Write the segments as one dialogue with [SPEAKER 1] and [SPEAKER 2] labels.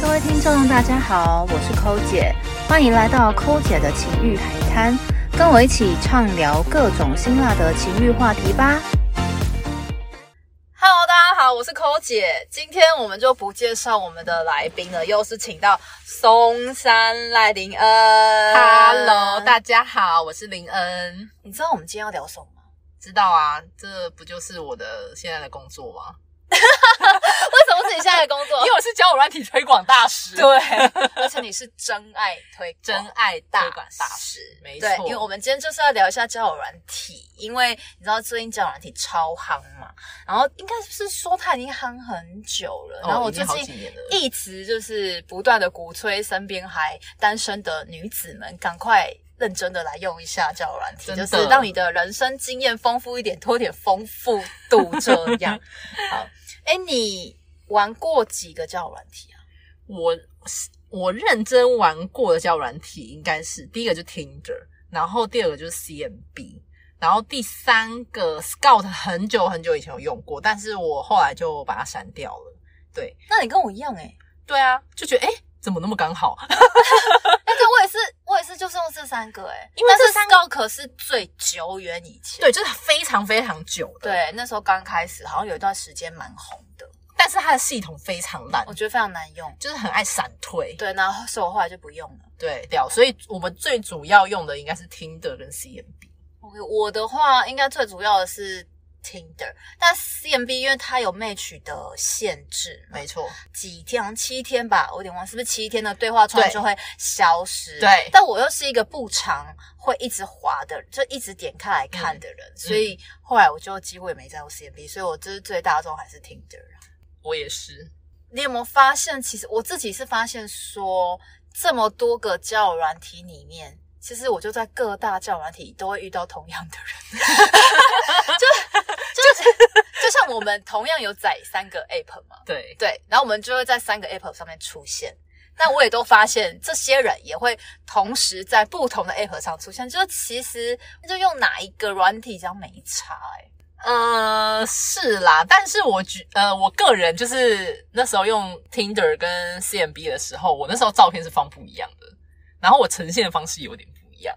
[SPEAKER 1] 各位听众，大家好，我是抠姐，欢迎来到抠姐的情欲海滩，跟我一起畅聊各种辛辣的情欲话题吧。
[SPEAKER 2] Hello，大家好，我是抠姐。今天我们就不介绍我们的来宾了，又是请到松山赖林恩。
[SPEAKER 3] Hello，大家好，我是林恩。
[SPEAKER 2] 你知道我们今天要聊什么吗？
[SPEAKER 3] 知道啊，这不就是 我的现在的工作吗？
[SPEAKER 2] 为什么是你现在的工
[SPEAKER 3] 因
[SPEAKER 2] 作？
[SPEAKER 3] 为我是交友软体推广大使，
[SPEAKER 2] 对，而且你是真爱推广
[SPEAKER 3] 真爱大
[SPEAKER 2] 推广大
[SPEAKER 3] 使，没错
[SPEAKER 2] 对，，因为我们今天就是要聊一下交友软体，因为你知道最近交友软体超夯嘛，然后应该是说它已经夯很久了，
[SPEAKER 3] 哦
[SPEAKER 2] 然后我
[SPEAKER 3] 已
[SPEAKER 2] 最
[SPEAKER 3] 经好几
[SPEAKER 2] 近
[SPEAKER 3] 年了
[SPEAKER 2] 一直就是不断的鼓吹身边还单身的女子们赶快。认真的来用一下交友软体，
[SPEAKER 3] 真
[SPEAKER 2] 就
[SPEAKER 3] 的
[SPEAKER 2] 是让你的人生经验丰富一点，多点丰富度这样。好，哎，你玩过几个交友软体啊？
[SPEAKER 3] 我我认真玩过的交友软体应该是第一个就 Tinder，然后第二个就是 CMB，然后第三个 Scout 很久很久以前有用过，但是我后来就把它删掉了。对
[SPEAKER 2] 那你跟我一样哎、
[SPEAKER 3] 对啊，就觉得诶怎么那么刚好？
[SPEAKER 2] 哎、对，我也是，我也是，就是用这三个哎、
[SPEAKER 3] 因为
[SPEAKER 2] 但是
[SPEAKER 3] 这三
[SPEAKER 2] Scout 可是最久远以前，
[SPEAKER 3] 对，就是非常非常久的。，
[SPEAKER 2] 对，那时候刚开始，好像有一段时间蛮红的，
[SPEAKER 3] 但是它的系统非常烂
[SPEAKER 2] 我，觉得非常难用。
[SPEAKER 3] 就是很爱闪退。
[SPEAKER 2] 对，然后所以我后来就不用了。
[SPEAKER 3] 对掉，所以我们最主要用的应该是 Tinder 跟 CMB。
[SPEAKER 2] OK，我的话应该最主要的是 Tinder，但 CMB 因为它有 match 的限制，
[SPEAKER 3] 没错，
[SPEAKER 2] 几天，好像七天吧，我有点忘了，是不是七天的对话窗
[SPEAKER 3] 对
[SPEAKER 2] 就会消失？
[SPEAKER 3] 对
[SPEAKER 2] 但我又是一个不常会一直滑的，就一直点开来看的
[SPEAKER 3] 嗯
[SPEAKER 2] 人，所以后来我就几乎也没在用 CMB，所以我就是最大众还是 Tinder 啊。
[SPEAKER 3] 我也是。
[SPEAKER 2] 你有没有发现，其实我自己是发现说，这么多个交友软体里面，其实我就在各大交友软体都会遇到同样的人， 就就就像我们同样有载三个 app 嘛，
[SPEAKER 3] 对，
[SPEAKER 2] 对，然后我们就会在三个 app 上面出现。但我也都发现，这些人也会同时在不同的 app 上出现，就是其实就用哪一个软体这样没差哎、欸。
[SPEAKER 3] 呃，是啦，但是我觉呃，我个人就是那时候用 Tinder 跟 CMB 的时候，我那时候照片是放不一样的，然后我呈现的方式有点不一样。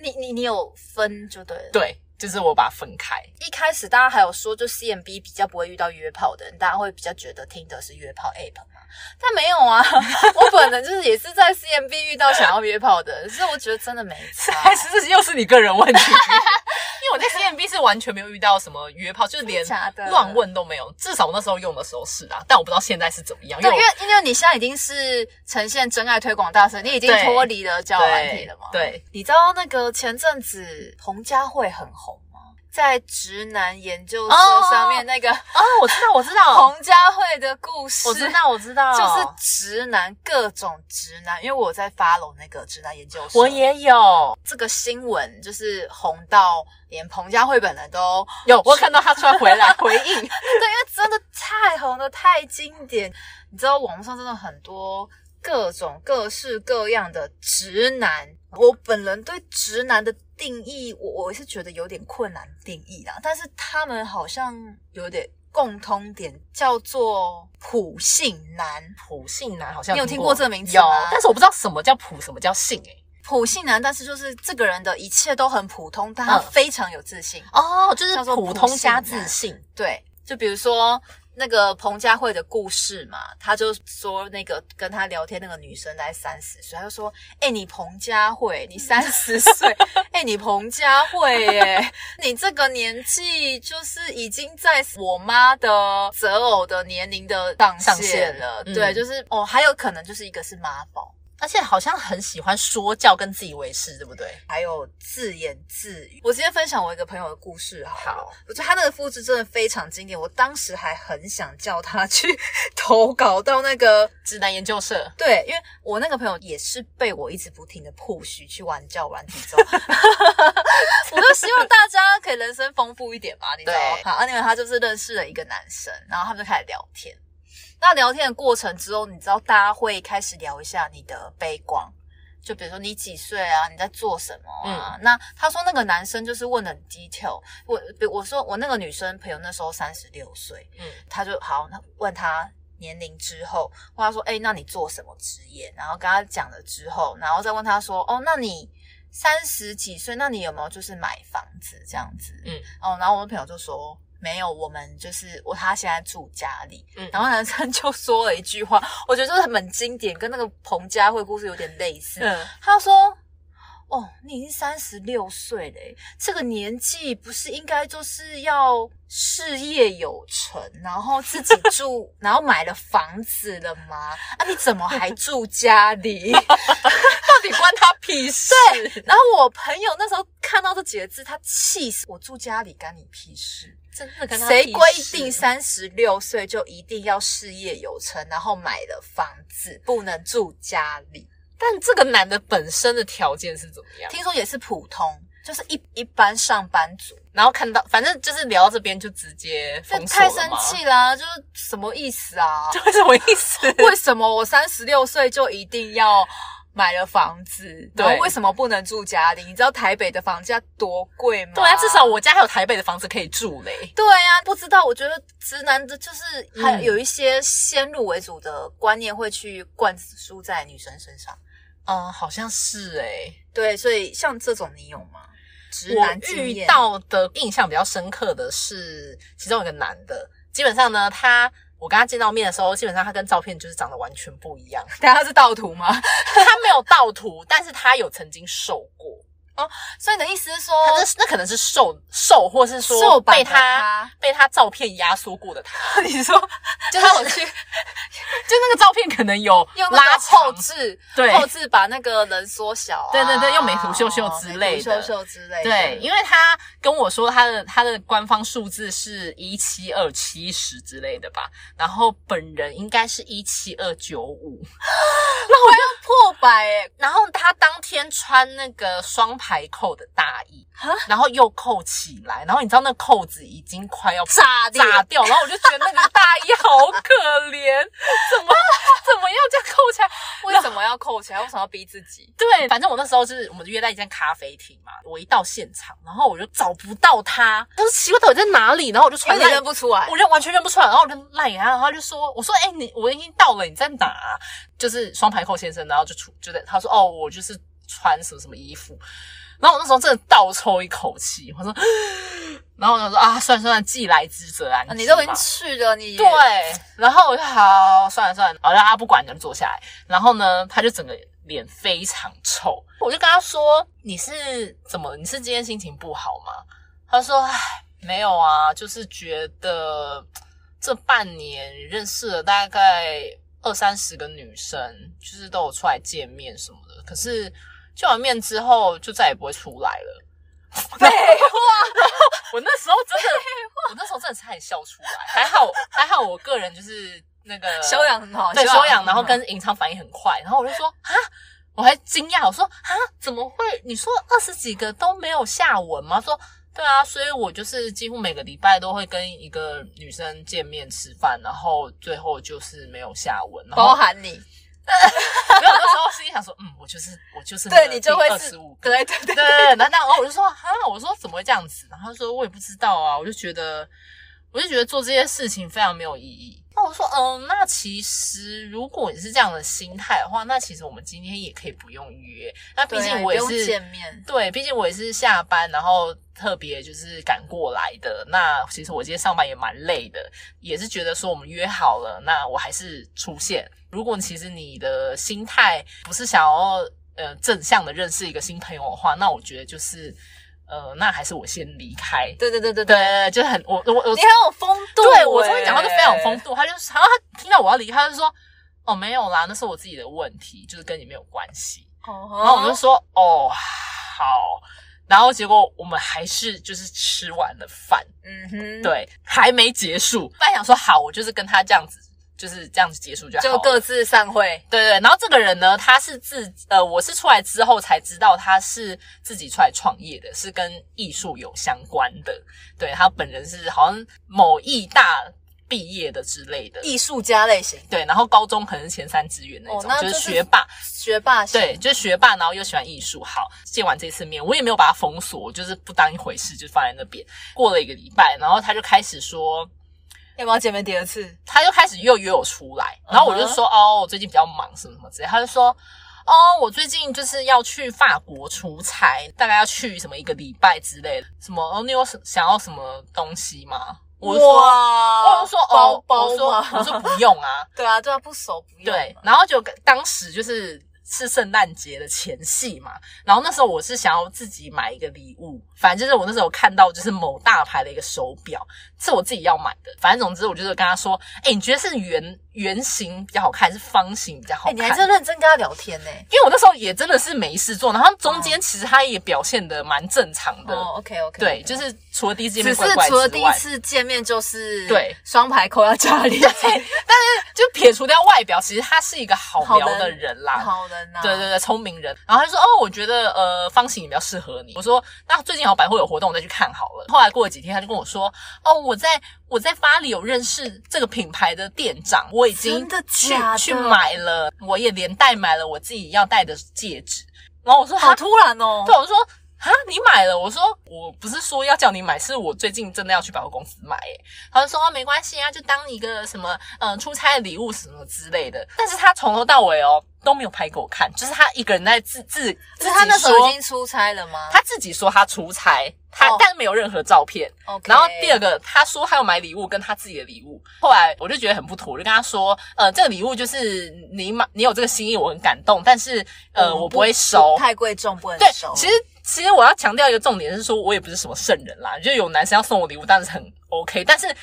[SPEAKER 2] 你你你有分就对了。
[SPEAKER 3] 对，就是我把它分 开。
[SPEAKER 2] 一开始大家还有说，就 CMB 比较不会遇到约炮的人，大家会比较觉得听的是约炮 app 嘛？但没有 啊，我本人就是也是在 CMB 遇到想要约炮的人，所以我觉得真的没差。
[SPEAKER 3] 还 是这是又是你个 人问题，因为我在 CMB 是完全没有遇到什么约炮，就是连
[SPEAKER 2] 真的假的
[SPEAKER 3] 乱问都没有。至少我那时候用的时候是啊，但我不知道现在是怎么样，因
[SPEAKER 2] 对，
[SPEAKER 3] 为
[SPEAKER 2] 因
[SPEAKER 3] 我
[SPEAKER 2] 为因为你现在已经是呈现真爱推广大使，你已经
[SPEAKER 3] 对
[SPEAKER 2] 脱离了交友软体了嘛？
[SPEAKER 3] 对对
[SPEAKER 2] 你知道那个前阵子彭佳慧很红吗？在直男研究社
[SPEAKER 3] 哦
[SPEAKER 2] 上面那个
[SPEAKER 3] 哦，我知道，我知道，
[SPEAKER 2] 彭佳慧的故事，
[SPEAKER 3] 我知道，我知道，
[SPEAKER 2] 就是直男，各种直男，因为我在 follow 那个直男研究社，
[SPEAKER 3] 我也有
[SPEAKER 2] 这个新闻就是红到连彭佳慧本人都
[SPEAKER 3] 有，我看到他出来回来 回应，
[SPEAKER 2] 对，因为真的太红了，太经典。你知道网络上真的很多各种各式各样的直男，我本人对直男的定义，我我是觉得有点困难定义啦，但是他们好像有点共通点，叫做普信男。
[SPEAKER 3] 普信男好像
[SPEAKER 2] 你有听过这个名词
[SPEAKER 3] 有
[SPEAKER 2] 吗，
[SPEAKER 3] 但是我不知道什么叫普，什么叫信哎、
[SPEAKER 2] 普信男，但是就是这个人的一切都很普通，但他
[SPEAKER 3] 嗯
[SPEAKER 2] 非常有自信。
[SPEAKER 3] 哦，就是
[SPEAKER 2] 叫做
[SPEAKER 3] 普
[SPEAKER 2] 普啊
[SPEAKER 3] 通
[SPEAKER 2] 信
[SPEAKER 3] 加
[SPEAKER 2] 男
[SPEAKER 3] 自信，
[SPEAKER 2] 对，就比如说那个彭佳慧的故事嘛，他就说那个跟他聊天那个女生才三十岁，他就说：“哎、你彭佳慧，你三十岁， 哎、你彭佳慧耶，你这个年纪就是已经在我妈的择偶的年龄的上
[SPEAKER 3] 上
[SPEAKER 2] 限
[SPEAKER 3] 限
[SPEAKER 2] 了。
[SPEAKER 3] 嗯
[SPEAKER 2] 对，就是哦，还有可能就是一个是妈宝。
[SPEAKER 3] 而且好像很喜欢说教跟自以为是，对不对？
[SPEAKER 2] 还有自言自语。我今天分享我一个朋友的故事好了，
[SPEAKER 3] 好
[SPEAKER 2] 我觉得他那个肤质真的非常经典，我当时还很想叫他去 投稿到那个
[SPEAKER 3] 直男研究社，
[SPEAKER 2] 对，因为我那个朋友也是被我一直不停的 push 去玩教软体之后，我就希望大家可以人生丰富一点吧，你知道吗？
[SPEAKER 3] 对
[SPEAKER 2] 好，啊，因为他就是认识了一个男生，然后他们就开始聊天。那聊天的过程之后，你知道大家会开始聊一下你的背光，就比如说你几岁啊，你在做什么啊？那他说那个男生就是问的很 detail，我比我说我那个女生朋友那时候三十六岁，
[SPEAKER 3] 嗯，
[SPEAKER 2] 他就好，那问他年龄之后，问他说：“哎、那你做什么职业？”然后跟他讲了之后，然后再问他说：“哦，那你三十几岁，那你有没有就是买房子这样子？”
[SPEAKER 3] 嗯，
[SPEAKER 2] 哦，然后我的朋友就说。没有，我们就是我，他现在住家里。
[SPEAKER 3] 嗯
[SPEAKER 2] 然后男生就说了一句话，我觉得就是很经典，跟那个彭佳慧故事有点类似。
[SPEAKER 3] 嗯，
[SPEAKER 2] 他说：“哦，你已经三十六岁嘞、这个年纪不是应该就是要事业有成，然后自己 住，然后买了房子了吗？啊，你怎么还住家里？”
[SPEAKER 3] 到底关他屁事？对，
[SPEAKER 2] 然后我朋友那时候看到这几个字，他气死！我住家里干你屁事？
[SPEAKER 3] 真的跟他
[SPEAKER 2] 谁
[SPEAKER 3] 屁
[SPEAKER 2] 规
[SPEAKER 3] 事
[SPEAKER 2] 定三十六岁就一定要事业有成，然后买了房子，不能住家里？
[SPEAKER 3] 但这个男的本身的条件是怎么样？
[SPEAKER 2] 听说也是普通，就是一一般上班族。
[SPEAKER 3] 然后看到，反正就是聊到这边就直接
[SPEAKER 2] 这
[SPEAKER 3] 封锁
[SPEAKER 2] 太
[SPEAKER 3] 了
[SPEAKER 2] 生
[SPEAKER 3] 吗，
[SPEAKER 2] 气啦、就是什么意思啊？
[SPEAKER 3] 这什么意思？
[SPEAKER 2] 为什么我三十六岁就一定要买了房子？
[SPEAKER 3] 对
[SPEAKER 2] 然后为什么不能住家里？你知道台北的房价多贵吗？
[SPEAKER 3] 对啊，至少我家还有台北的房子可以住嘞。
[SPEAKER 2] 对啊，不知道。我觉得直男的就是还
[SPEAKER 3] 嗯
[SPEAKER 2] 有一些先入为主的观念会去灌输在女生身上。
[SPEAKER 3] 嗯，好像是哎、
[SPEAKER 2] 对，所以像这种你有吗？直
[SPEAKER 3] 我
[SPEAKER 2] 男经
[SPEAKER 3] 遇
[SPEAKER 2] 验
[SPEAKER 3] 到的印象比较深刻的是其中有一个男的，基本上呢，他我跟他见到面的时候，基本上他跟照片就是长得完全不一 样。
[SPEAKER 2] 大家是盗图吗？
[SPEAKER 3] 他没有盗图，但是他有曾经瘦过，
[SPEAKER 2] 所以你的意思是说，
[SPEAKER 3] 他那那可能是瘦哦瘦，或是说
[SPEAKER 2] 瘦版
[SPEAKER 3] 被
[SPEAKER 2] 的他
[SPEAKER 3] 被他照片压缩过的他，
[SPEAKER 2] 你说
[SPEAKER 3] 就是他有去，就那个照片可能有
[SPEAKER 2] 用
[SPEAKER 3] 拉
[SPEAKER 2] 那种后
[SPEAKER 3] 长
[SPEAKER 2] 置，
[SPEAKER 3] 对
[SPEAKER 2] 后置把那个人缩小、啊，
[SPEAKER 3] 对对对用美图秀秀之类的
[SPEAKER 2] 美图秀秀之类的，
[SPEAKER 3] 对，因为他跟我说他的他的官方数字是一七二七十之类的吧，然后本人应该是一七二九 五，
[SPEAKER 2] 破百哎、
[SPEAKER 3] 然后他当天穿那个双排扣的大衣
[SPEAKER 2] 哈，
[SPEAKER 3] 然后又扣起来，然后你知道那扣子已经快要
[SPEAKER 2] 炸裂
[SPEAKER 3] 炸掉，然后我就觉得那个大衣好可怜， 怎么怎么要这样扣起来？
[SPEAKER 2] 为什么要扣起来？为什么要逼自己？
[SPEAKER 3] 对，反正我那时候就是我们约在一间咖啡厅嘛，我一到现场，然后我就找不到他，他说奇怪到底在哪里，然后我就
[SPEAKER 2] 因
[SPEAKER 3] 传
[SPEAKER 2] 为啊你
[SPEAKER 3] 来
[SPEAKER 2] 认。不出来
[SPEAKER 3] 我，认完全认不出来，然后我就赖给他，然后他就说：“我说，哎、你我已经到了，你在哪、就是双排扣先生，然后就出就在他说：“哦，我就是穿什么什么衣服。”然后我那时候真的倒抽一口气，我说， 然后我就说：“啊，算了算了，既来之则安之
[SPEAKER 2] 啊
[SPEAKER 3] 嘛、
[SPEAKER 2] 你都已经去了，你
[SPEAKER 3] 对，然后我就好算了算了，好让他不管，就坐下来。然后呢，他就整个脸非常臭，我就跟他说：“你是怎么？你是今天心情不好吗？”他说：“唉，没有啊，就是觉得这半年认识了大概二三十个女生，就是都有出来见面什么的，可是见完面之后就再也不会出来了。”废话！ 我那时候真的，我那时候真的差点笑出来。还好，还好，我个人就是那 个
[SPEAKER 2] 修养很好，
[SPEAKER 3] 对
[SPEAKER 2] 很好
[SPEAKER 3] 修养，然后跟隐藏反应很快，然后我就说啊，我还惊讶，我说啊，怎么会？你说二十几个都没有下文吗？他说对啊，所以我就是几乎每个礼拜都会跟一个女生见面吃饭，然后最后就是没有下文，然
[SPEAKER 2] 包
[SPEAKER 3] 后
[SPEAKER 2] 含你，
[SPEAKER 3] 没有那时候心里想说，嗯，我就是我就是
[SPEAKER 2] 对你就会
[SPEAKER 3] 二
[SPEAKER 2] 是
[SPEAKER 3] 十五，
[SPEAKER 2] 对对对
[SPEAKER 3] 对，对，然后然后我就说啊，我说怎么会这样子？然后他说我也不知道啊，我就觉得，我就觉得做这些事情非常没有意义。那我说，嗯，那其实如果你是这样的心态的话，那其实我们今天也可以不用约。那毕
[SPEAKER 2] 对啊
[SPEAKER 3] 竟
[SPEAKER 2] 也
[SPEAKER 3] 我也
[SPEAKER 2] 不用
[SPEAKER 3] 是
[SPEAKER 2] 见面，
[SPEAKER 3] 对，毕竟我也是下班，然后特别就是赶过来的。那其实我今天上班也蛮累的，也是觉得说我们约好了，那我还是出现。如果其实你的心态不是想要呃正向的认识一个新朋友的话，那我觉得就是呃，那还是我先离开。
[SPEAKER 2] 对对对对
[SPEAKER 3] 对，就是很我我我
[SPEAKER 2] 你很有风度欸，
[SPEAKER 3] 对我终于讲话都非常有风度，他就然后他听到我要离开，他就说哦没有啦，那是我自己的问题，就是跟你没有关系。
[SPEAKER 2] 度，
[SPEAKER 3] 然
[SPEAKER 2] 然
[SPEAKER 3] 后我就说哦好，然后结果我们还是就是吃完了饭，
[SPEAKER 2] 嗯哼，，
[SPEAKER 3] 对，还没结束。本来想说好，我就是跟他这样子，就是这样子结束就好
[SPEAKER 2] 就
[SPEAKER 3] 了。
[SPEAKER 2] 各自散会，
[SPEAKER 3] 对对，然后这个人呢，他是自呃，我是出来之后才知道他是自己出来创业的，是跟艺术有相关的。对他本人是好像某艺大毕业的之类的，
[SPEAKER 2] 艺术家类型，
[SPEAKER 3] 对，然后高中可能是前三志愿那
[SPEAKER 2] 哦
[SPEAKER 3] 种，
[SPEAKER 2] 那
[SPEAKER 3] 就是
[SPEAKER 2] 就是
[SPEAKER 3] 学霸。
[SPEAKER 2] 学霸型，
[SPEAKER 3] 对，就是学霸，然后又喜欢艺术。好，见完这次面，我也没有把他封锁，我就是不当一回事，就放在那边。过了一个礼拜，然后他就开始说，
[SPEAKER 2] 要不要见面第二次？
[SPEAKER 3] 他就开始又约我出来，然后我
[SPEAKER 2] 嗯
[SPEAKER 3] 就说、哦，我最近比较忙，什么什么之类。他就说哦，我最近就是要去法国出差，大概要去什么一个礼拜之类的。什么哦，你有什想要什么东西吗？我就说，
[SPEAKER 2] 哇
[SPEAKER 3] 我就说
[SPEAKER 2] 包
[SPEAKER 3] 哦，
[SPEAKER 2] 包
[SPEAKER 3] 我说
[SPEAKER 2] 吗
[SPEAKER 3] 我说不用啊，
[SPEAKER 2] 对啊，对啊，不熟不用
[SPEAKER 3] 对
[SPEAKER 2] 嘛。，
[SPEAKER 3] 然后就跟当时就是是圣诞节的前夕嘛，然后那时候我是想要自己买一个礼物，反正就是我那时候看到就是某大牌的一个手表，是我自己要买的。反正总之我就是跟他说，哎、你觉得是圆圆形比较好看，还是方形比较好
[SPEAKER 2] 哎、
[SPEAKER 3] 看？
[SPEAKER 2] 你还真认真跟他聊天呢、
[SPEAKER 3] 因为我那时候也真的是没事做，然后中间其实他也表现的蛮正常的，
[SPEAKER 2] 哦，OK OK，
[SPEAKER 3] 对，就是除了第一次见
[SPEAKER 2] 只
[SPEAKER 3] 面
[SPEAKER 2] 是
[SPEAKER 3] 怪怪之
[SPEAKER 2] 除
[SPEAKER 3] 外，
[SPEAKER 2] 了第一次见面就是
[SPEAKER 3] 对
[SPEAKER 2] 双排扣要家里，
[SPEAKER 3] 就撇除掉外表，其实他是一个好
[SPEAKER 2] 好
[SPEAKER 3] 聊
[SPEAKER 2] 人
[SPEAKER 3] 的人啦，
[SPEAKER 2] 好人呐、啊
[SPEAKER 3] 对对对，聪明人。然后他就说：“哦，我觉得呃方形比较适合你。”我说：“那最近好像百货有活动，我再去看好了。”后来过了几天，他就跟我说：“哦，我在我在巴黎有认识这个品牌的店长，我已
[SPEAKER 2] 真
[SPEAKER 3] 经
[SPEAKER 2] 的
[SPEAKER 3] 去
[SPEAKER 2] 假的
[SPEAKER 3] 去买了，我也连带买了我自己要戴的戒指。”然后我说：“
[SPEAKER 2] 好
[SPEAKER 3] 哈
[SPEAKER 2] 突然哦
[SPEAKER 3] 对，，我说。”啊，你买了？我说我不是说要叫你买，是我最近真的要去百货公司买耶。他就说、哦、没关系啊，就当一个什么嗯出差的礼物什么之类的。但是他从头到尾哦都没有拍给我看，就是他一个人在自自自
[SPEAKER 2] 是
[SPEAKER 3] 己
[SPEAKER 2] 他那时候
[SPEAKER 3] 说
[SPEAKER 2] 已经出差了吗？
[SPEAKER 3] 他自己说他出差，他、
[SPEAKER 2] 哦
[SPEAKER 3] 但没有任何照片。
[SPEAKER 2] OK，
[SPEAKER 3] 然后第二个，他说他要买礼物，跟他自己的礼物。后来我就觉得很不妥，我就跟他说，呃，这个礼物就是你买，你有这个心意，我很感动，但是呃，我不会收。
[SPEAKER 2] 太贵重不能
[SPEAKER 3] 对
[SPEAKER 2] 收。，
[SPEAKER 3] 其实其实我要强调一个重点是说，我也不是什么圣人啦，就有男生要送我礼物，当然是很 OK，但是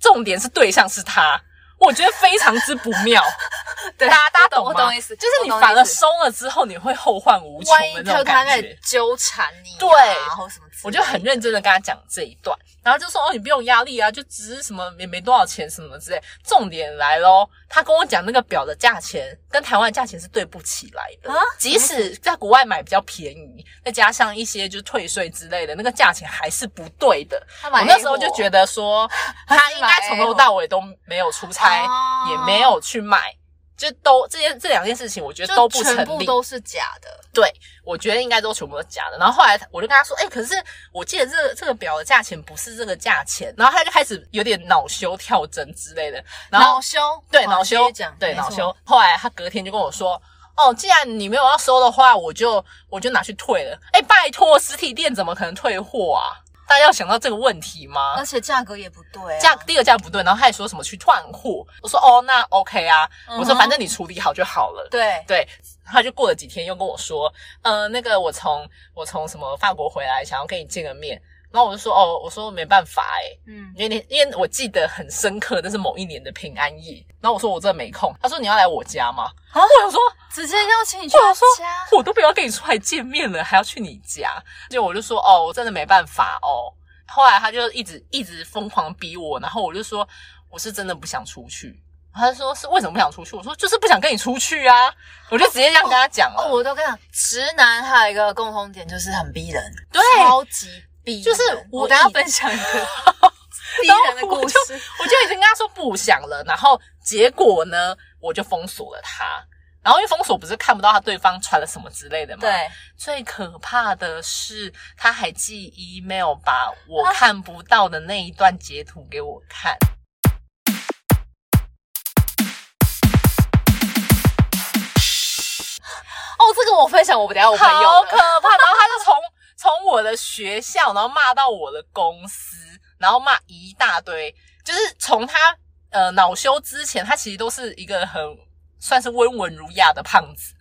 [SPEAKER 3] 重点是对象是他，我觉得非常之不 妙。
[SPEAKER 2] 对
[SPEAKER 3] 大家大家
[SPEAKER 2] 我
[SPEAKER 3] 懂
[SPEAKER 2] 懂
[SPEAKER 3] 吗？
[SPEAKER 2] 我懂意思
[SPEAKER 3] 就是你
[SPEAKER 2] 我懂意思
[SPEAKER 3] 反而收了之后，你会后患无穷
[SPEAKER 2] 万一
[SPEAKER 3] 的那
[SPEAKER 2] 他
[SPEAKER 3] 种
[SPEAKER 2] 他
[SPEAKER 3] 感
[SPEAKER 2] 在
[SPEAKER 3] 觉。
[SPEAKER 2] 纠缠你、啊，
[SPEAKER 3] 对
[SPEAKER 2] 或什么之类的，
[SPEAKER 3] 我就很认真的跟他讲这一段，然后就说哦，你不用压力啊，就只是什么也没多少钱什么之类。重点来喽，他跟我讲那个表的价钱跟台湾的价钱是对不起来的
[SPEAKER 2] 啊，
[SPEAKER 3] 即使在国外买比较便宜，再加上一些就是退税之类的，那个价钱还是不对的。
[SPEAKER 2] 他买
[SPEAKER 3] 我
[SPEAKER 2] 黑货。
[SPEAKER 3] 那时候就觉得说， 他应该从头到尾都没有出差，
[SPEAKER 2] 哦
[SPEAKER 3] 也没有去买，就都这些这两件事情，我觉得
[SPEAKER 2] 啊就
[SPEAKER 3] 都不成
[SPEAKER 2] 全部
[SPEAKER 3] 立。
[SPEAKER 2] 都是假的，
[SPEAKER 3] 对，我觉得应该都全部都假的。然后后来我就跟他说：“哎、可是我记得这个这个表的价钱不是这个价钱。”然后他就开始有点恼羞跳针之类的。然后
[SPEAKER 2] 恼羞
[SPEAKER 3] 对
[SPEAKER 2] 哇
[SPEAKER 3] 恼
[SPEAKER 2] 继
[SPEAKER 3] 羞
[SPEAKER 2] 续讲，
[SPEAKER 3] 对
[SPEAKER 2] 没错
[SPEAKER 3] 恼羞。后来他隔天就跟我说：“哦，既然你没有要收的话，我就我就拿去退了。”哎，拜托，实体店怎么可能退货啊？大家有想到这个问题吗？
[SPEAKER 2] 而且价格也不对、啊，
[SPEAKER 3] 价第二价不对，然后他也说什么去换货，我说哦那 OK 啊，
[SPEAKER 2] 嗯
[SPEAKER 3] 我说
[SPEAKER 2] 哼
[SPEAKER 3] 反正你处理好就好了。
[SPEAKER 2] 对，
[SPEAKER 3] 对，他就过了几天又跟我说，呃，那个我从我从什么法国回来，想要跟你见个面。然后我就说，哦，我说没办法哎、
[SPEAKER 2] 嗯，
[SPEAKER 3] 因为你因为我记得很深刻，那是某一年的平安夜。然后我说我真的没空，他说你要来我家吗？
[SPEAKER 2] 啊
[SPEAKER 3] 我想说，
[SPEAKER 2] 直接邀请你去
[SPEAKER 3] 嗯我想
[SPEAKER 2] 他
[SPEAKER 3] 说
[SPEAKER 2] 家，
[SPEAKER 3] 我都不要跟你出来见面了，还要去你家？结果我就说，哦，我真的没办法哦。后来他就一直一直疯狂逼我，然后我就说我是真的不想出去。他就说是为什么不想出去？我说就是不想跟你出去啊！我就直接这样跟他讲了。
[SPEAKER 2] 哦，我都跟你讲，直男还有一个共同点就是很逼人，
[SPEAKER 3] 对
[SPEAKER 2] 超级逼人。
[SPEAKER 3] 就是我
[SPEAKER 2] 我等一下
[SPEAKER 3] 以
[SPEAKER 2] 分享一个 逼
[SPEAKER 3] 然后
[SPEAKER 2] 人的故 事，
[SPEAKER 3] 我就已经跟他说不想了，然后结果呢，我就封锁了他。然后因为封锁不是看不到他对方传了什么之类的吗？。
[SPEAKER 2] 对，
[SPEAKER 3] 最可怕的是，他还寄 email 把我看不到的那一段截图给我看。
[SPEAKER 2] 哦，这个我分享，我等一下我朋友
[SPEAKER 3] 好
[SPEAKER 2] 的
[SPEAKER 3] 可怕！然后他就从从我的学校，然后骂到我的公司，然后骂一大堆，就是从他呃恼羞之前，他其实都是一个很算是温文儒雅的胖子。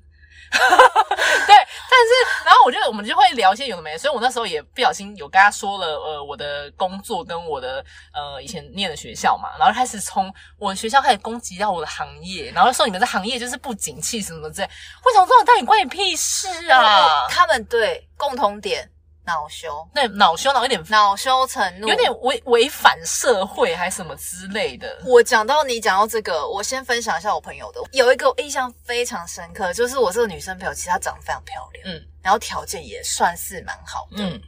[SPEAKER 3] 对，但是然后我就我们就会聊一些有的没的，所以我那时候也不小心有跟他说了，呃，我的工作跟我的呃以前念的学校嘛，然后开始从我的学校开始攻击到我的行业，然后说你们这行业就是不景气什么什么之类，我想说到底关你屁事啊？
[SPEAKER 2] 他们对共同点恼羞，
[SPEAKER 3] 对，恼羞恼有点
[SPEAKER 2] 恼羞成怒，
[SPEAKER 3] 有点违违反社会还什么之类的。
[SPEAKER 2] 我讲到你讲到这个，我先分享一下我朋友的，有一个我印象非常深刻，就是我这个女生朋友，其实她长得非常漂亮，
[SPEAKER 3] 嗯，
[SPEAKER 2] 然后条件也算是蛮好的，
[SPEAKER 3] 嗯，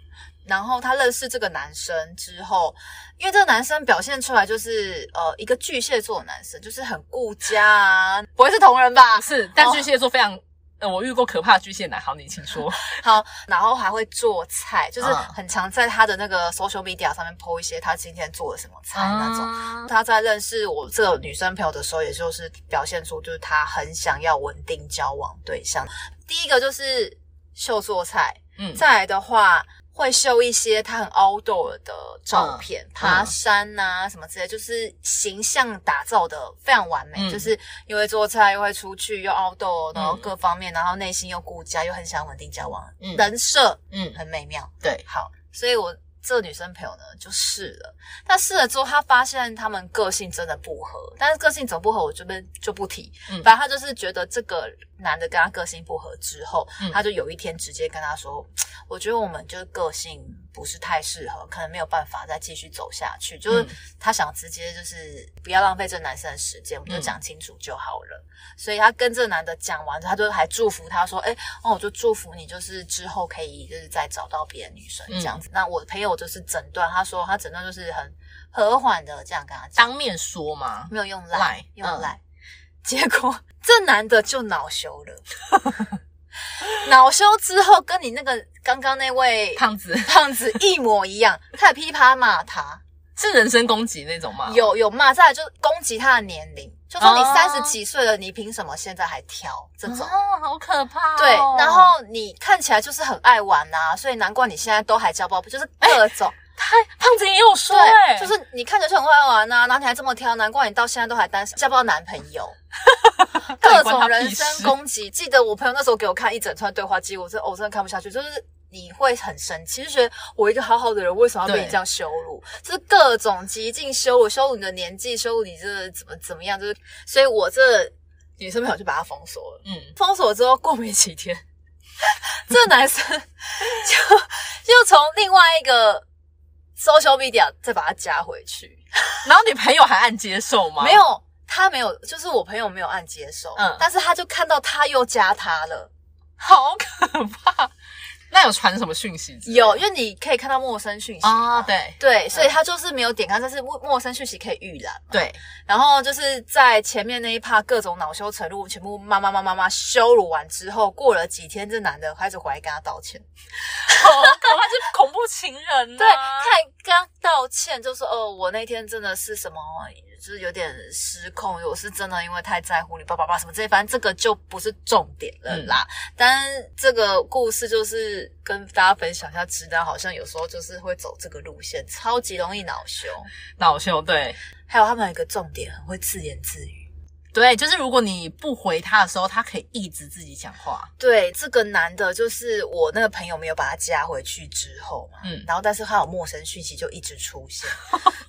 [SPEAKER 2] 然后她认识这个男生之后，因为这个男生表现出来就是呃一个 巨蟹座的男生，就是很顾家啊，不会是同人吧？
[SPEAKER 3] 是，但巨蟹座非常呃，我遇过可怕的巨蟹男。好，你请说。
[SPEAKER 2] 好，然后还会做菜，就是
[SPEAKER 3] 嗯
[SPEAKER 2] 很常在他的那个 social media 上面 po 一些他今天做了什么菜那
[SPEAKER 3] 啊
[SPEAKER 2] 种。
[SPEAKER 3] 种，
[SPEAKER 2] 他在认识我这个女生朋友的时候，也就是表现出就是他很想要稳定交往对象。第一个就是秀做菜，
[SPEAKER 3] 嗯，
[SPEAKER 2] 再来的话会秀一些他很 outdoor 的照片，
[SPEAKER 3] 嗯
[SPEAKER 2] 爬山呐、什么之类，就是形象打造的非常完美，
[SPEAKER 3] 嗯
[SPEAKER 2] 就是又会做菜，又会出去，又 outdoor，然后
[SPEAKER 3] 嗯
[SPEAKER 2] 各方面，然后内心又顾家，又很想稳定交往，
[SPEAKER 3] 嗯
[SPEAKER 2] 人设
[SPEAKER 3] 嗯，
[SPEAKER 2] 很美妙。
[SPEAKER 3] 对，
[SPEAKER 2] 好，所以我这个女生朋友呢就试了，但试了之后，她发现他们个性真的不合，但是个性怎么不合，我这边就不提。
[SPEAKER 3] 嗯
[SPEAKER 2] 反正她就是觉得这个男的跟她个性不合之后，
[SPEAKER 3] 嗯
[SPEAKER 2] 她就有一天直接跟他说：“我觉得我们就是个性不是太适合，可能没有办法再继续走下去。”就是
[SPEAKER 3] 嗯
[SPEAKER 2] 她想直接就是不要浪费这男生的时间，我们就
[SPEAKER 3] 嗯
[SPEAKER 2] 讲清楚就好了。所以她跟这男的讲完，她就还祝福他说：“哎、哦，我就祝福你，就是之后可以就是再找到别的女生
[SPEAKER 3] 嗯
[SPEAKER 2] 这样子。那我朋友就是诊断，他说他诊断就是很和缓的这样跟他讲，
[SPEAKER 3] 当面说嘛。
[SPEAKER 2] 没有用
[SPEAKER 3] 赖
[SPEAKER 2] 赖，用
[SPEAKER 3] 嗯
[SPEAKER 2] 赖。结果这男的就恼羞了，恼羞之后跟你那个刚刚那位
[SPEAKER 3] 胖子
[SPEAKER 2] 胖子一模一样，开始噼啪骂他，
[SPEAKER 3] 是人身攻击那种吗？，
[SPEAKER 2] 有有骂，再来就攻击他的年龄，就说你
[SPEAKER 3] 哦
[SPEAKER 2] 三十几岁了，你凭什么现在还挑这种？
[SPEAKER 3] 啊，好可怕哦。
[SPEAKER 2] 对，然后你看起来就是很爱玩呐、所以难怪你现在都还交不到，就是各种、
[SPEAKER 3] 他胖子也有说，哎
[SPEAKER 2] 对，就是你看起来就很爱玩啊呐、然后你还这么挑，难怪你到现在都还单身，交不到男朋友。各种人身攻击，记得我朋友那时候给我看一整串对话记录，我真的我真的看不下去，就是你会很生气，就觉得我一个好好的人为什么要被你
[SPEAKER 3] 对
[SPEAKER 2] 这样羞辱？就是各种极尽羞辱，羞辱你的年纪，羞辱你这怎么怎么样，就是所以我这女生朋友就把他封锁了。
[SPEAKER 3] 嗯，
[SPEAKER 2] 封锁之后，过没几天， 这男生就又从另外一个 social media 再把他加回去，
[SPEAKER 3] 然后你朋友还按接受吗？
[SPEAKER 2] 没，有，他没有，就是我朋友没有按接受，
[SPEAKER 3] 嗯
[SPEAKER 2] 但是他就看到他又加他了，
[SPEAKER 3] 好可怕。那有传什么讯息之类的？
[SPEAKER 2] 有，因为你可以看到陌生讯息
[SPEAKER 3] 啊，
[SPEAKER 2] 嘛
[SPEAKER 3] 对
[SPEAKER 2] 对，所以他就是没有点开，但是陌陌生讯息可以预览。
[SPEAKER 3] 对，
[SPEAKER 2] 然后就是在前面那一趴各种恼羞成怒，全部骂骂骂骂骂羞辱完之后，过了几天，这男的开始回来跟他道歉。
[SPEAKER 3] 好可怕，就是恐怖情人 啊。
[SPEAKER 2] 对，他还跟他道歉，就说哦，我那天真的是什么，就是有点失控，我是真的因为太在乎你，叭叭叭什么这些，反正这个就不是重点了啦。但这个故事就是跟大家分享一下，直男好像有时候就是会走这个路线，超级容易恼羞。
[SPEAKER 3] 恼羞，对
[SPEAKER 2] 还有他们有一个重点，很会自言自语。
[SPEAKER 3] 对，就是如果你不回他的时候，他可以一直自己讲话。
[SPEAKER 2] 对，这个男的，就是我那个朋友没有把他加回去之后嘛，
[SPEAKER 3] 嗯
[SPEAKER 2] 然后但是他有陌生讯息就一直出 现，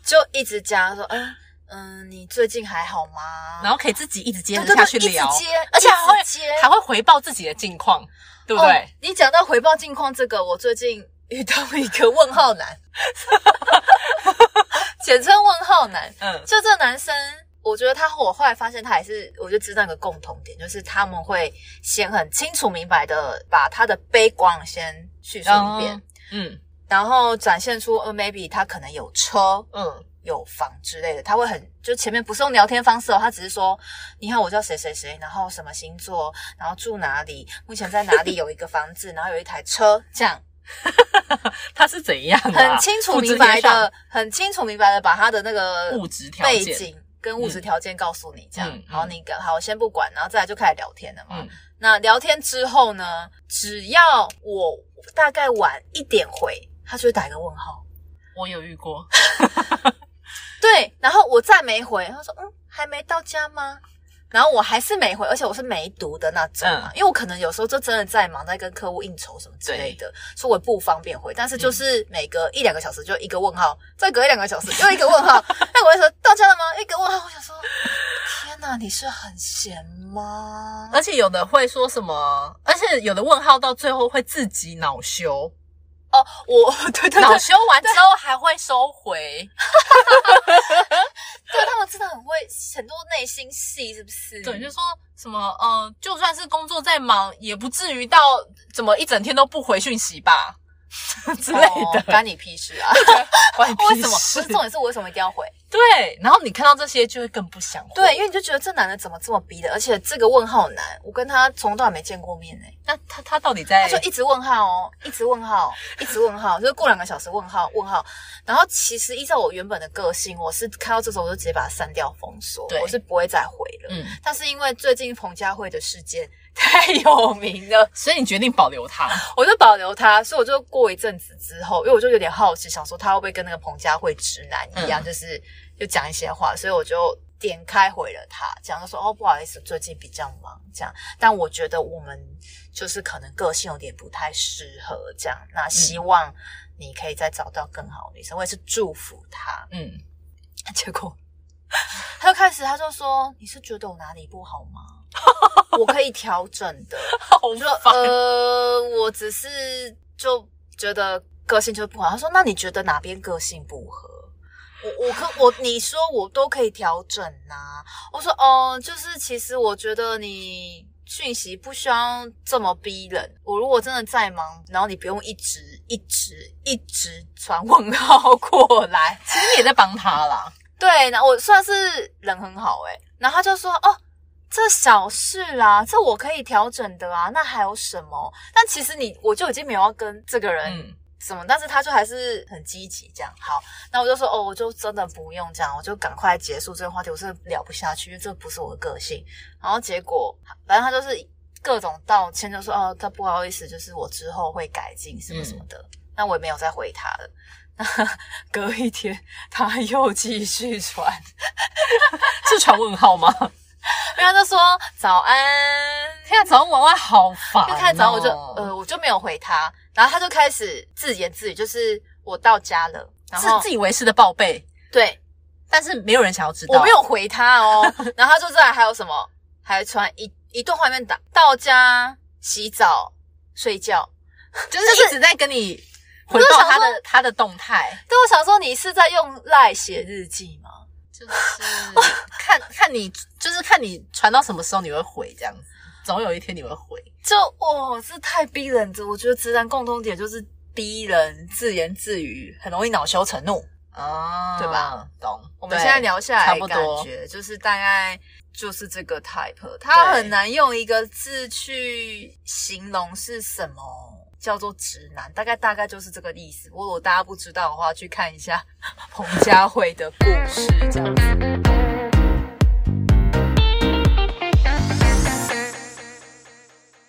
[SPEAKER 2] 就一直加说，嗯嗯，你最近还好吗？
[SPEAKER 3] 然后可以自己一直接
[SPEAKER 2] 对
[SPEAKER 3] 着
[SPEAKER 2] 对
[SPEAKER 3] 下
[SPEAKER 2] 对，
[SPEAKER 3] 去
[SPEAKER 2] 一直
[SPEAKER 3] 聊，
[SPEAKER 2] 接，
[SPEAKER 3] 而且还会
[SPEAKER 2] 一直接，
[SPEAKER 3] 还会回报自己的近况，对不
[SPEAKER 2] 哦
[SPEAKER 3] 对？
[SPEAKER 2] 你讲到回报近况这个，我最近遇到一个问号男， 简称问号男，
[SPEAKER 3] 嗯
[SPEAKER 2] 就这男生，我觉得他我后来发现他也是，我就知道一个共同点，就是他们会先很清楚明白的把他的悲观先叙述一遍，
[SPEAKER 3] 嗯
[SPEAKER 2] 然后展现出呃 maybe 他可能有车。
[SPEAKER 3] 嗯
[SPEAKER 2] 有房之类的，他会很就前面不是用聊天方式哦，他只是说你好，我叫谁谁谁，然后什么星座，然后住哪里，目前在哪里有一个房子，然后有一台车，这样
[SPEAKER 3] 他是怎样啊？
[SPEAKER 2] 很清楚明白
[SPEAKER 3] 复制贴 上
[SPEAKER 2] 的，很清楚明白的把他的那个
[SPEAKER 3] 物质条
[SPEAKER 2] 背
[SPEAKER 3] 件，
[SPEAKER 2] 景跟物质条件告诉你，这样。
[SPEAKER 3] 嗯嗯
[SPEAKER 2] 好，你跟好先不管，然后再来就开始聊天了嘛。
[SPEAKER 3] 嗯
[SPEAKER 2] 那聊天之后呢，只要我大概晚一点回，他就会打一个问号。
[SPEAKER 3] 我有遇过，
[SPEAKER 2] 嗯对，然后我再没回，他说嗯，还没到家吗？然后我还是没回，而且我是没读的那种
[SPEAKER 3] 嗯
[SPEAKER 2] 嘛，因为我可能有时候就真的在忙，在跟客户应酬什么之类的，所以我不方便回。但
[SPEAKER 3] 嗯
[SPEAKER 2] 是就是每隔一两个小时就一个问号，再隔一两个 小时又一个问号，那我会说到家了吗？一个问号，我想说，天哪，你是很闲 吗？
[SPEAKER 3] 而且有的会说什么，而且有的问号到最后会自己 恼羞，
[SPEAKER 2] 哦，我对对
[SPEAKER 3] 恼
[SPEAKER 2] 对，
[SPEAKER 3] 羞完之后还会收回，
[SPEAKER 2] 对他们真的很会很多内心戏，是不是？
[SPEAKER 3] 对，就说什么 呃，就算是工作再忙，也不至于到怎么一整天都不回讯息吧？
[SPEAKER 2] 之 类的
[SPEAKER 3] 哦，干你屁事啊！ 关你
[SPEAKER 2] 为
[SPEAKER 3] 屁
[SPEAKER 2] 什么？
[SPEAKER 3] 事
[SPEAKER 2] 不是重点是我为什么一定要回？
[SPEAKER 3] 对，然后你看到这些就会更不想回。
[SPEAKER 2] 对，因为你就觉得这男的怎么这么逼的，而且这个问号男，我跟他从头到尾没见过面呢、
[SPEAKER 3] 那他他到底在？
[SPEAKER 2] 他就一直问号哦，一直问号，一直问号，就是过两个小时问号问号。然后其实依照我原本的个性，我是看到这种我就直接把它删掉封锁
[SPEAKER 3] 对，
[SPEAKER 2] 我是不会再回了。
[SPEAKER 3] 嗯，
[SPEAKER 2] 但是因为最近彭佳慧的事件太有名了，
[SPEAKER 3] 所以你决定保留 他。
[SPEAKER 2] 我就保留他，所以我就过一阵子之后，因为我就有点好奇，想说他会不会跟那个彭佳慧直男一样，
[SPEAKER 3] 嗯
[SPEAKER 2] 就是就讲一些话，所以我就点开回了他，讲就说哦不好意思，最近比较忙这样，但我觉得我们就是可能个性有点不太适合这样，那希望你可以再找到更好的女生，我也是祝福他。
[SPEAKER 3] 嗯，
[SPEAKER 2] 结果他就开始他就说你是觉得我哪里不好吗？ 我可以调整的。
[SPEAKER 3] 好
[SPEAKER 2] 我说呃，我只是就觉得个性就是不好。他说那你觉得哪边个性不合？我我可我你说我都可以调整呐、我说哦、就是其实我觉得你讯息不需要这么逼人。我如果真的再忙，然后你不用一直一直一直传问号过来，
[SPEAKER 3] 其实你也在帮他啦。
[SPEAKER 2] 对，然后我算是人很好诶、然后他就说哦。这小事啦，这我可以调整的啊，那还有什么？但其实你我就已经没有要跟这个人
[SPEAKER 3] 嗯，
[SPEAKER 2] 什么，但是他就还是很积极这样。好，那我就说哦，我就真的不用这样，我就赶快结束这个话题，我真的聊不下去，因为这不是我的个性。然后结果，反正他就是各种道歉，就说哦，他不好意思，就是我之后会改进什么什么的。
[SPEAKER 3] 嗯
[SPEAKER 2] 那我也没有再回他了。那 隔一天，他又继续传，
[SPEAKER 3] 是传问号吗？
[SPEAKER 2] 因为他就说早安，
[SPEAKER 3] 天啊，早上晚安哦好烦、
[SPEAKER 2] 又开始找我就呃，，我就没有回他，然后他就开始自言自语，就是我到家了，然后
[SPEAKER 3] 自自以为是的报备，
[SPEAKER 2] 对
[SPEAKER 3] 但是没有人想要知道。
[SPEAKER 2] 我没有回他哦， 然后他就在还有什么，还传一一段画面打到家洗澡睡觉，
[SPEAKER 3] 就是一直在跟你
[SPEAKER 2] 我
[SPEAKER 3] 回
[SPEAKER 2] 就
[SPEAKER 3] 报
[SPEAKER 2] 想
[SPEAKER 3] 他
[SPEAKER 2] 说
[SPEAKER 3] 的他的动态，
[SPEAKER 2] 但我想说你是在用赖写日记吗？
[SPEAKER 3] 就是看看你，就是看你传到什么时候你会回这样子，总有一天你会回。
[SPEAKER 2] 就哇，这太逼人了！我觉得直男共通点就是逼人自言自语，很容易恼羞成怒。
[SPEAKER 3] 啊
[SPEAKER 2] 对吧？
[SPEAKER 3] 懂。
[SPEAKER 2] 哦我们现在聊下
[SPEAKER 3] 差
[SPEAKER 2] 来，
[SPEAKER 3] 不
[SPEAKER 2] 感
[SPEAKER 3] 多
[SPEAKER 2] 觉就是大概就是这个 type，他很难用一个字去形容是什么叫做直男，大概大概就是这个意思。如果大家不知道的话，去看一下彭佳慧的故事，这样子。